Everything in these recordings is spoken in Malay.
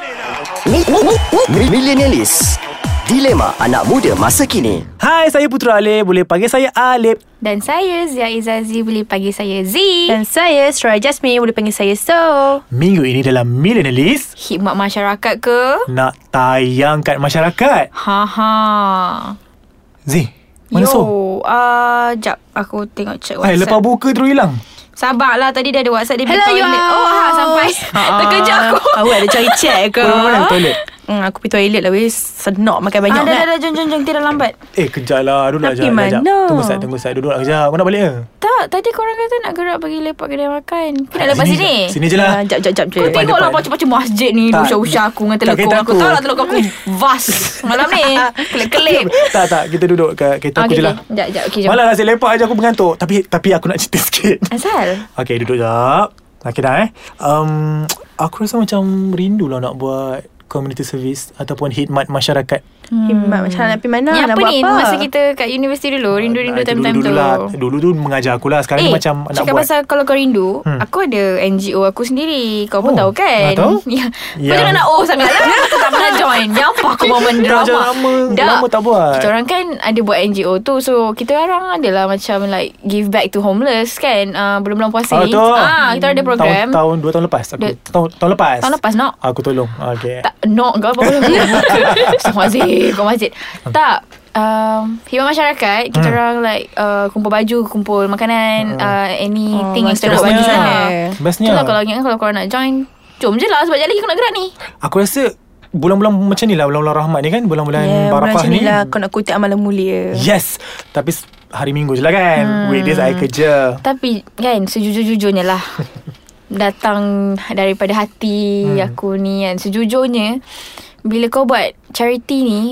Mi- mi- mi- mi- Millenialis Dilema anak muda masa kini Hai, saya Putra Alip. Boleh panggil saya Alip. Dan saya Zia Izazi Boleh panggil saya Z Dan saya Suraya Jasmine Boleh panggil saya So Minggu ini dalam Millennialist Khidmat masyarakat ke? nak tayang kat masyarakat. Ha ha Zee, mana Yo, so? uh, jap aku tengok check Hai, WhatsApp. lepas buka terus hilang. Sabarlah tadi dia ada WhatsApp dia Hello, beritahu you ni. all. Oh, ha, sampai. Terkejut aku. Awak Ah, ada cari check ke? Mana-mana toilet? Hmm, aku pergi toilet lah weh Senak makan Ah, banyak dah, dah, kan dah, jom, jom, jom. Tidak lambat. Eh, kejap lah. Duduk lah Tapi kejap. kejap. mana? Tunggu sat, tunggu sat. Duduk lah kejap. Kau nak balik ke? Tak, tadi korang kata nak gerak pergi lepak kedai makan. Kau nak lepak sini? Ya, Sini je lah. Ah, Jap jap jap je Kau tengoklah depan. pacu-pacu masjid ni. Tak. Usah-usah aku dengan Tak, telekong kereta aku. aku. Tahu lah telekong aku vas malam ni. Kelip-kelip. Ah, tak, tak. Kita duduk kat kereta aku Okey, je lah. okey. Jap, jap. Okey, jom. Malah lah saya lepak je aku mengantuk. Tapi tapi aku nak cerita sikit. Asal? Okay, duduk jap. Okay dah eh. Um, aku rasa macam rindu lah nak buat community service ataupun khidmat masyarakat. Hmm. Himat macam mana nak pergi mana Yang Nak apa buat ni apa Masa kita kat universiti dulu Rindu-rindu Ah, itu time-time tu dulu-dulu Lah. Dulu tu mengajar aku lah. Sekarang ni macam nak Eh, cakap buat. pasal kalau kau rindu Hmm. hmm. Aku ada NGO aku sendiri Kau Oh, pun tahu ah, kan tahu. ya. Yang- Kau jangan nak oh sangat lah Aku tak pernah join Yang apa aku momen drama jangan lama. Lama tak buat. Ah, Kita orang kan ada buat NGO tu So kita orang adalah macam like Give back to homeless kan uh, Bulan-bulan puasa Ah, ni tu. ah, Kita orang ada program Tahun, tahun dua tahun lepas. Aku, Dua- tahun, tahun lepas. Ah, Tahun lepas nak Aku tolong. Okay. tak Nok kau apa Ustaz Masjid Kau masjid Tak um, Hidup masyarakat Kita Hmm. orang like uh, Kumpul baju Kumpul Hmm. makanan uh, Anything Oh, oh, Extra bestnya. baju sana Bestnya. Itulah kalau ingat Kalau korang nak join Jom je lah Sebab jalan lagi kau nak gerak ni Aku rasa bulan-bulan macam ni lah. Bulan-bulan rahmat ni kan. Bulan-bulan Ya, yeah, bulan barafah macam ni. ni lah Kau nak kutip amalan mulia Yes. Tapi s- hari minggu je lah kan. Hmm. Weekdays I kerja. Tapi kan Sejujur-jujurnya lah Datang Daripada hati Hmm. Aku ni kan Sejujurnya Bila kau buat Charity ni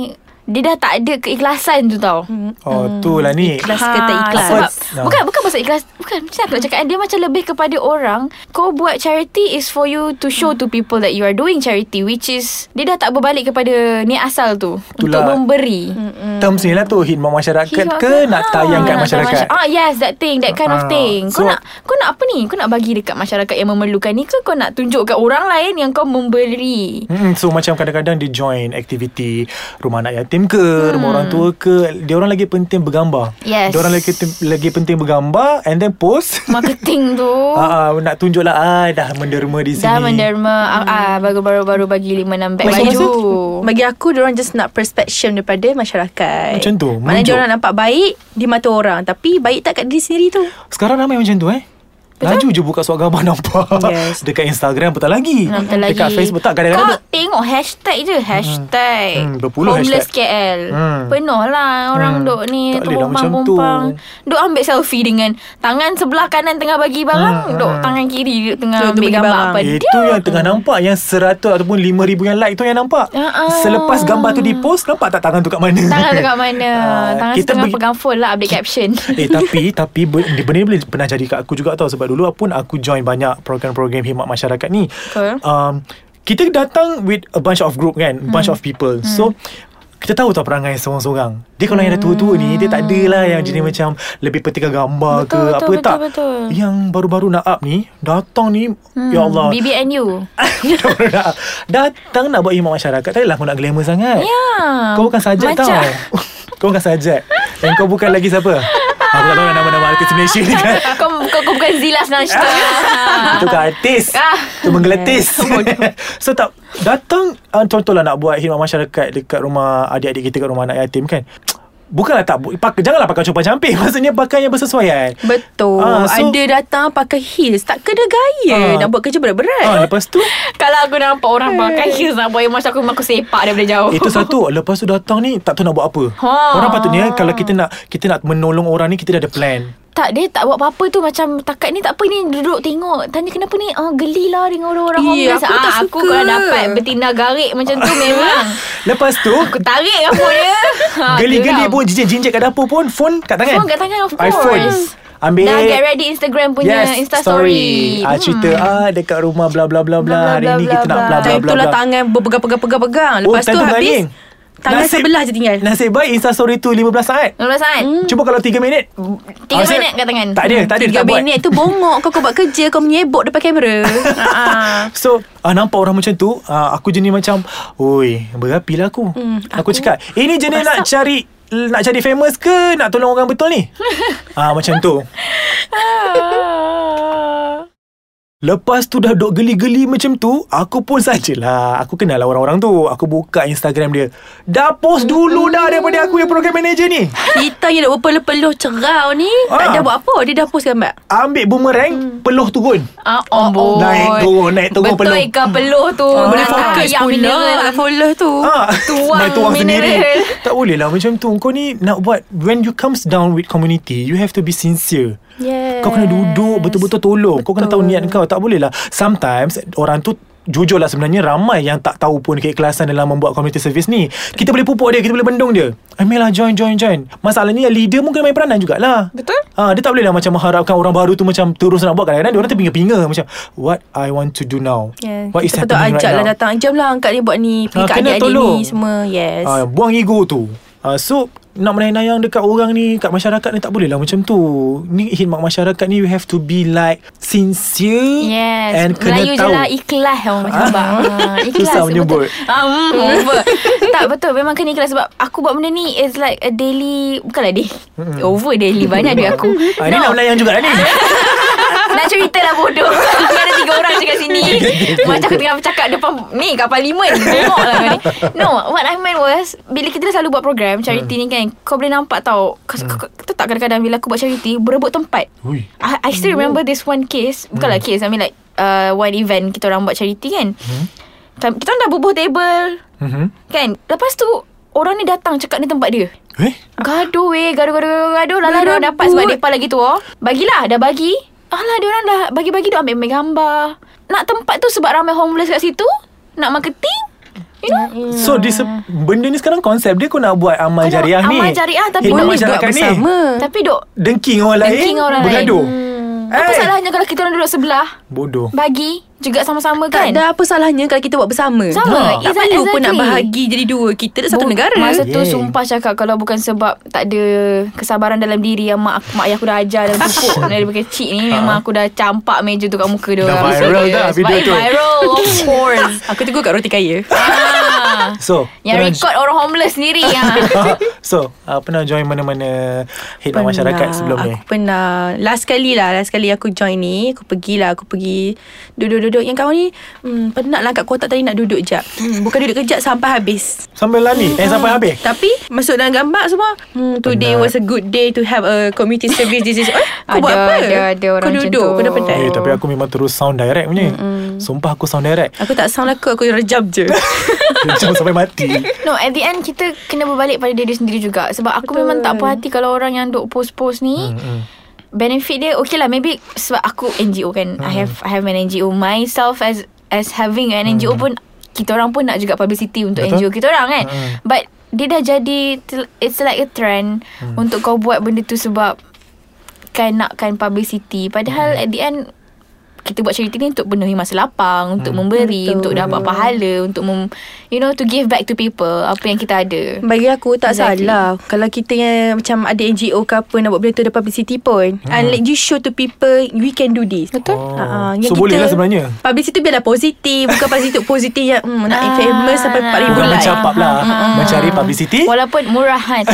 Dia dah tak ada Keikhlasan tu tau Hmm. Oh tu lah ni. Ikhlas ke tak Ha, ikhlas sebab, Ah. Bukan bukan pasal ikhlas Bukan macam aku nak cakap eh, Dia macam lebih kepada orang Kau buat charity Is for you to show to people That you are doing charity Which is Dia dah tak berbalik kepada Niat asal tu Itulah. Untuk Itulah. memberi Hmm. Terms ni lah tu. Khidmat masyarakat Hidup ke aku- nak Ah, tayang kat nak masyarakat. masy- Ah yes that thing That kind of Ah, thing Kau so- nak Kau nak apa ni Kau nak bagi dekat masyarakat Yang memerlukan ni Ke kau nak tunjuk kat orang lain Yang kau memberi Hmm, so macam kadang-kadang dia join aktiviti rumah anak yatim ke, hmm. rumah orang tua ke. Dia orang lagi penting bergambar. Yes. Dia orang lagi lagi penting bergambar and then post. Marketing tu Ah, ah, nak tunjuk lah ah, dah menderma di sini. Oh. Dah menderma ah, ah, Baru-baru bagi 5-6 beg Bagi baju aku, bagi aku diorang just nak perspection daripada masyarakat. Macam tu, Mana menunjuk. diorang nampak baik di mata orang tapi baik tak kat diri sendiri tu. Sekarang ramai macam tu eh. Laju je buka surat gambar nampak. Yes. Dekat Instagram betul lagi. Nampak lagi Dekat Facebook tak kadang-kadang Kau duk- tengok hashtag je Hashtag Hmm, berpuluh Homeless hashtag. KL Hmm. Penuh lah Orang Hmm. duk ni Tak boleh lah macam tu. Tumpang-pumpang Duk ambil selfie dengan Tangan sebelah kanan tengah bagi barang Duk tangan kiri Duk tengah Duk- duk ambil bagi gambar barang. apa dia Hmm, Itu yang tengah nampak Yang seratus ataupun lima ribu yang like tu yang nampak Ah, ah. Selepas gambar tu di post Nampak tak tangan tu kat mana Tangan tu kat mana Ah, Tangan tu kita tengah bagi- pegang phone lah Update caption Eh tapi Tapi ben- benda ni boleh pernah jadi kat aku juga tau Sebab dulu pun aku join banyak Program-program khidmat masyarakat ni Betul. um, Kita datang with a bunch of group kan Hmm. Bunch of people So kita tahu tak perangai seorang-seorang Dia kalau yang dah tua-tua ni Dia tak adalah yang jenis macam Lebih petikan gambar Hmm. Betul, ke betul, Apa betul, tak betul. Hmm, Yang baru-baru nak up ni Datang ni Ya Allah Ah. BBNU Baru nak up. Datang nak buat khidmat masyarakat Tak adalah kau nak glamour sangat Ya kau bukan sajat Macam- tau Kau bukan sajat Dan kau bukan lagi siapa Aku tak tahu nama-nama artis Malaysia ni kan kau, kau, kau bukan Zila Snashta Itu kan artis Ah. Itu menggeletis So tak Datang uh, Contohlah nak buat khidmat masyarakat Dekat rumah Adik-adik kita kat rumah anak yatim kan Bukanlah tak bu- pak, Janganlah pakai cupang camping Maksudnya pakai yang bersesuaian Betul. Ah, so- Ada datang pakai heels. Tak kena gaya. Ah. Nak buat kerja Ah, berat-berat. lepas tu Kalau aku nampak orang pakai heels nak buat Macam aku aku sepak daripada jauh Itu satu Lepas tu datang ni Tak tahu nak buat apa Ha. Orang patutnya Kalau kita nak Kita nak menolong orang ni Kita dah ada plan Tak dia tak buat apa-apa tu Macam takat ni tak apa ni Duduk tengok Tanya kenapa ni oh, Geli lah dengan orang-orang Eh, homeless aku tak Ah, Aku suka. kalau dapat betina garik macam tu Memang Lepas tu Aku tarik rambut dia Ha, Geli-geli geram. pun Jinjit-jinjit kat dapur pun Phone kat tangan Phone kat tangan, of course. iPhone Ambil Dah get ready Instagram punya yes, Insta story Hmm. Ah, cerita ah, dekat rumah bla bla bla bla. Hari ni kita nak bla bla Time bla tu lah bla. tangan berpegang-pegang-pegang-pegang. Oh, Lepas time tu tu habis. berani. Tangan sebelah je tinggal. Nasib baik Instastory tu 15 saat 15 saat hmm. Cuba kalau 3 minit 3 Azad, minit kat tangan Tak ada Tak ada Hmm, Tiga tak buat minit tu bongok Kau kau buat kerja Kau menyebok depan kamera Ah, So uh, Nampak orang macam tu uh, Aku jenis macam Oi Berapi lah aku Hmm, Aku aku cakap Ini jenis nak berasap. cari Nak cari famous ke Nak tolong orang betul ni Ah Macam tu Lepas tu dah dok geli-geli macam tu Aku pun sajalah Aku kenal lah orang-orang tu Aku buka Instagram dia Dah post dulu dah Daripada aku yang program manager ni Kita yang nak berpeluh-peluh cerau ni Tak Ah. ada buat apa Dia dah post gambar Ambil Hmm. boomerang Peluh turun ah, oh, Oh, boy. Naik turun Naik turun Betul peluh ke peluh tu Ah. lah. Boleh Ah, fokus yang pula mineral. nak Follow tu Ah, Tuang main tuang mineral. sendiri. Tak boleh lah macam tu. Kau ni nak buat when you comes down with community, you have to be sincere. Yes. Kau kena duduk betul-betul tolong. Betul. Kau kena tahu niat kau. Tak boleh lah. Sometimes orang tu Jujur lah sebenarnya ramai yang tak tahu pun keikhlasan dalam membuat community service ni. Kita boleh pupuk dia, kita boleh bendung dia. Ambil lah join, join, join. Masalahnya yang leader mungkin main peranan jugalah. Betul. Ha, dia tak boleh lah macam mengharapkan orang baru tu macam terus nak buat. Kadang-kadang dia orang terpinga-pinga macam what I want to do now. Yeah. What is Kita patut happening ajak right lah now. datang Jom lah angkat ni buat ni Pergi Ah, kat kena adik-adik tolong. ni semua Yes uh, Buang ego tu uh, So nak menayang-nayang dekat orang ni Kat masyarakat ni tak boleh lah macam tu Ni khidmat masyarakat ni You have to be like Sincere Yes And kena Melayu tahu je lah Ikhlas Orang macam abang Ah, Ikhlas Susah menyebut. betul. Ah, mm, over Tak betul Memang kena ikhlas Sebab aku buat benda ni Is like a daily Bukanlah daily Over daily Banyak duit aku Hmm. Ah, Ni nak menayang juga lah ni Nak cerita lah bodoh Aku ada tiga orang je kat sini Macam aku tengah bercakap depan Ni kat parlimen Tengok lah kau ni No What I meant was Bila kita dah selalu buat program Charity Hmm. ni kan Kau boleh nampak tau kau, kau, kau, tahu tak kadang-kadang Bila aku buat charity Berebut tempat Ui. I, I still remember this one case Bukanlah Hmm. case I mean like uh, One event Kita orang buat charity kan Time, Kita orang dah bubuh table Mhm. Kan Lepas tu Orang ni datang cakap ni tempat dia Eh Gaduh eh Gaduh gaduh gaduh gaduh Lala dia orang dapat Berebut. Sebab mereka lagi tua Bagilah dah bagi Alah dia orang dah Bagi-bagi dia ambil-ambil gambar Nak tempat tu sebab ramai homeless kat situ Nak marketing You know So this, benda ni sekarang konsep dia kau nak buat amal Hmm. Kau nak jariah ni amal jariah tapi Khidmat boleh Buat masyarakat ni bersama Tapi dok Dengking orang lain Dengking orang lain. Hmm. Bergaduh Apa Eh, salahnya kalau kita orang duduk sebelah Bodoh Bagi Juga sama-sama Tak kan ada apa salahnya Kalau kita buat bersama Ah. Sama. Tak Exactly. perlu pun nak bahagi Jadi dua Kita dah satu Bu- negara Masa tu Yeah. sumpah cakap Kalau bukan sebab Tak ada kesabaran dalam diri Yang mak, mak ayah aku dah ajar Dan pupuk Dari kecil ni Memang aku dah campak meja tu kat muka dia Ha. Dah orang. viral dah Sebab video it tu. viral Of course Aku tegur kat roti kaya Ah. So korang- Yang record orang homeless sendiri ya. So uh, Pernah join mana-mana Khidmat masyarakat sebelum ni Aku pernah Last kali lah Last kali aku join ni Aku pergilah Aku pergi Duduk-duduk Yang kawan ni hmm, Penat lah kat kotak tadi Nak duduk jap hmm, Bukan duduk kejap Sampai habis Sampai lali Eh sampai Hmm. habis Tapi Masuk dalam gambar semua hmm, Today Penat. was a good day To have a community service This is Eh kau buat Ada- apa ada- ada orang Kau macam duduk tu. Kau dah penat Eh, tapi aku memang terus sound direct punya. Mm-mm. Sumpah aku sound direct. Aku tak sound lah aku Aku rejam je Cuma sampai mati. No at the end Kita kena berbalik pada diri sendiri juga Sebab aku Betul. memang tak puas hati Kalau orang yang duk post-post ni Benefit dia Okay lah maybe Sebab aku NGO kan I have I have an NGO Myself as As having an NGO pun Kita orang pun nak juga publicity Untuk Betul. NGO kita orang kan Mm. But Dia dah jadi tel- It's like a trend Untuk kau buat benda tu sebab Kan nakkan publicity Padahal at the end kita buat charity ni untuk penuhi masa lapang, untuk memberi, Betul. untuk dapat pahala, untuk mem, you know to give back to people apa yang kita ada. Bagi aku tak Exactly. exactly. salah Kalau kita yang Macam ada NGO ke apa Nak buat benda tu Ada publicity pun hmm. Unlike you show to people We can do this Betul? Oh. Ah, yang so kita- boleh lah sebenarnya. Publicity biarlah positif Bukan publicity positif yang mm, Nak Ah. infamous sampai Bukan 4,000 Boleh. like mencapap lah. Mencari publicity. Walaupun murahan.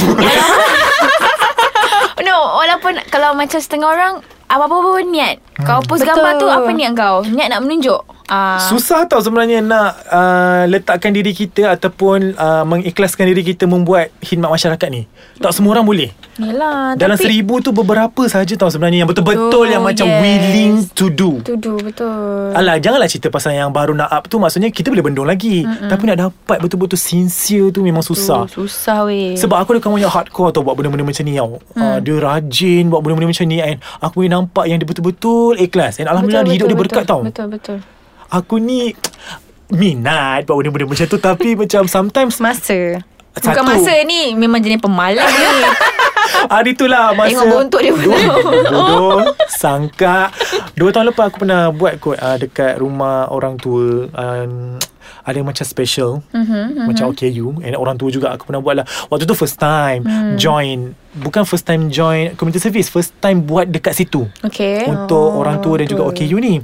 no, walaupun kalau macam setengah orang apa-apa pun niat. Hmm. Kau post Betul. gambar tu apa niat kau? Niat nak menunjuk. Ah. Susah tau sebenarnya nak uh, letakkan diri kita ataupun uh, mengikhlaskan diri kita membuat khidmat masyarakat ni. Tak semua orang boleh. Yelah Dalam tapi seribu tu beberapa saja tau sebenarnya yang betul-betul Betul, yang macam yes. willing to do. to do betul. Alah janganlah cerita pasal yang baru nak up tu maksudnya kita boleh bendung lagi. Mm-mm. Tapi nak dapat betul-betul sincere tu memang susah. lah. Oh, Susah weh Sebab aku ada kawan yang hardcore tau Buat benda-benda macam ni tau hmm. uh, Dia rajin buat benda-benda macam ni And aku boleh nampak yang dia betul-betul ikhlas And Alhamdulillah betul, hidup dia berkat tau Betul betul. Aku ni minat buat benda-benda macam tu Tapi macam sometimes Masa Bukan Satu masa ni Memang jenis pemalas ni Hari tu lah masa Tengok bontot dia pun. Bodoh ah, Sangka Dua tahun lepas aku pernah buat kot uh, Dekat rumah orang tua um, Ada yang macam special Mhm, mm-hmm, Macam OKU And orang tua juga aku pernah buat lah Waktu tu first time Hmm. mm. Join Bukan first time join Community service First time buat dekat situ Okay. Untuk orang tua dan juga OKU ni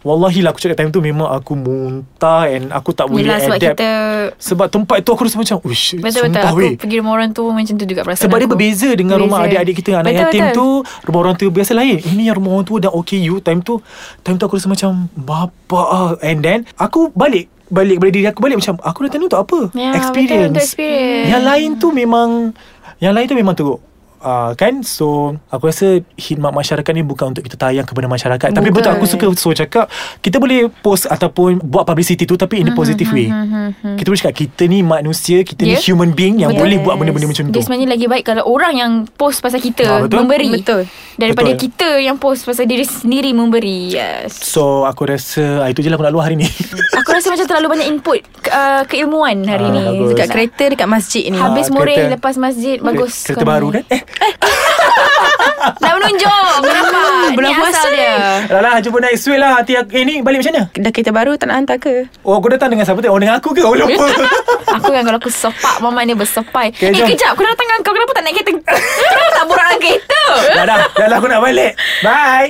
Wallahi lah aku cakap time tu Memang aku muntah And aku tak boleh Yelah sebab adapt kita sebab tempat tu aku rasa macam Uish Betul-betul sumpah Aku weh pergi rumah orang tua Macam tu juga perasaan sebab aku. dia berbeza dengan berbeza. rumah adik-adik kita Anak betul, betul, yatim betul. betul. tu Rumah orang tua biasa lain Ini yang rumah orang tua dan OKU Time tu Time tu aku rasa macam Bapak ah. And then Aku balik Balik pada diri aku balik Macam aku datang ni untuk apa Ya, betul, Experience untuk experience. Yang lain tu memang Yang lain tu memang teruk Uh, kan So Aku rasa Khidmat masyarakat ni Bukan untuk kita tayang Kepada masyarakat Tapi Bukan. betul aku suka So cakap Kita boleh post Ataupun Buat publicity tu Tapi in a Hmm, positive way Kita boleh cakap Kita ni manusia Kita Yeah. ni human being Yang Betul. boleh buat benda-benda macam tu Dia sebenarnya lagi baik Kalau orang yang post pasal kita Ah, betul. Memberi Betul. Daripada Betul. kita yang post pasal diri sendiri Memberi Yes So aku rasa ah, Itu je lah aku nak luar hari ni Aku rasa macam terlalu banyak input ke- uh, Keilmuan hari Ah, ni bagus. Dekat kereta Dekat masjid ni Ah, Habis moreh kereta- Lepas masjid Bagus Kereta kau baru ni. kan Eh Dah menunjuk Nampak bulan Ni asal puasa ni. dia lah lah jumpa next week lah Hati aku Eh ni balik macam mana Dah kereta baru Tak nak hantar ke Oh aku datang dengan siapa tu Oh dengan aku ke Oh lupa Aku kan kalau aku sepak Mama ni bersepai Okay, Eh jom. kejap Kau datang dengan kau Kenapa tak naik kereta Kenapa tak borak dalam kereta Dah dah Dah lah aku nak balik Bye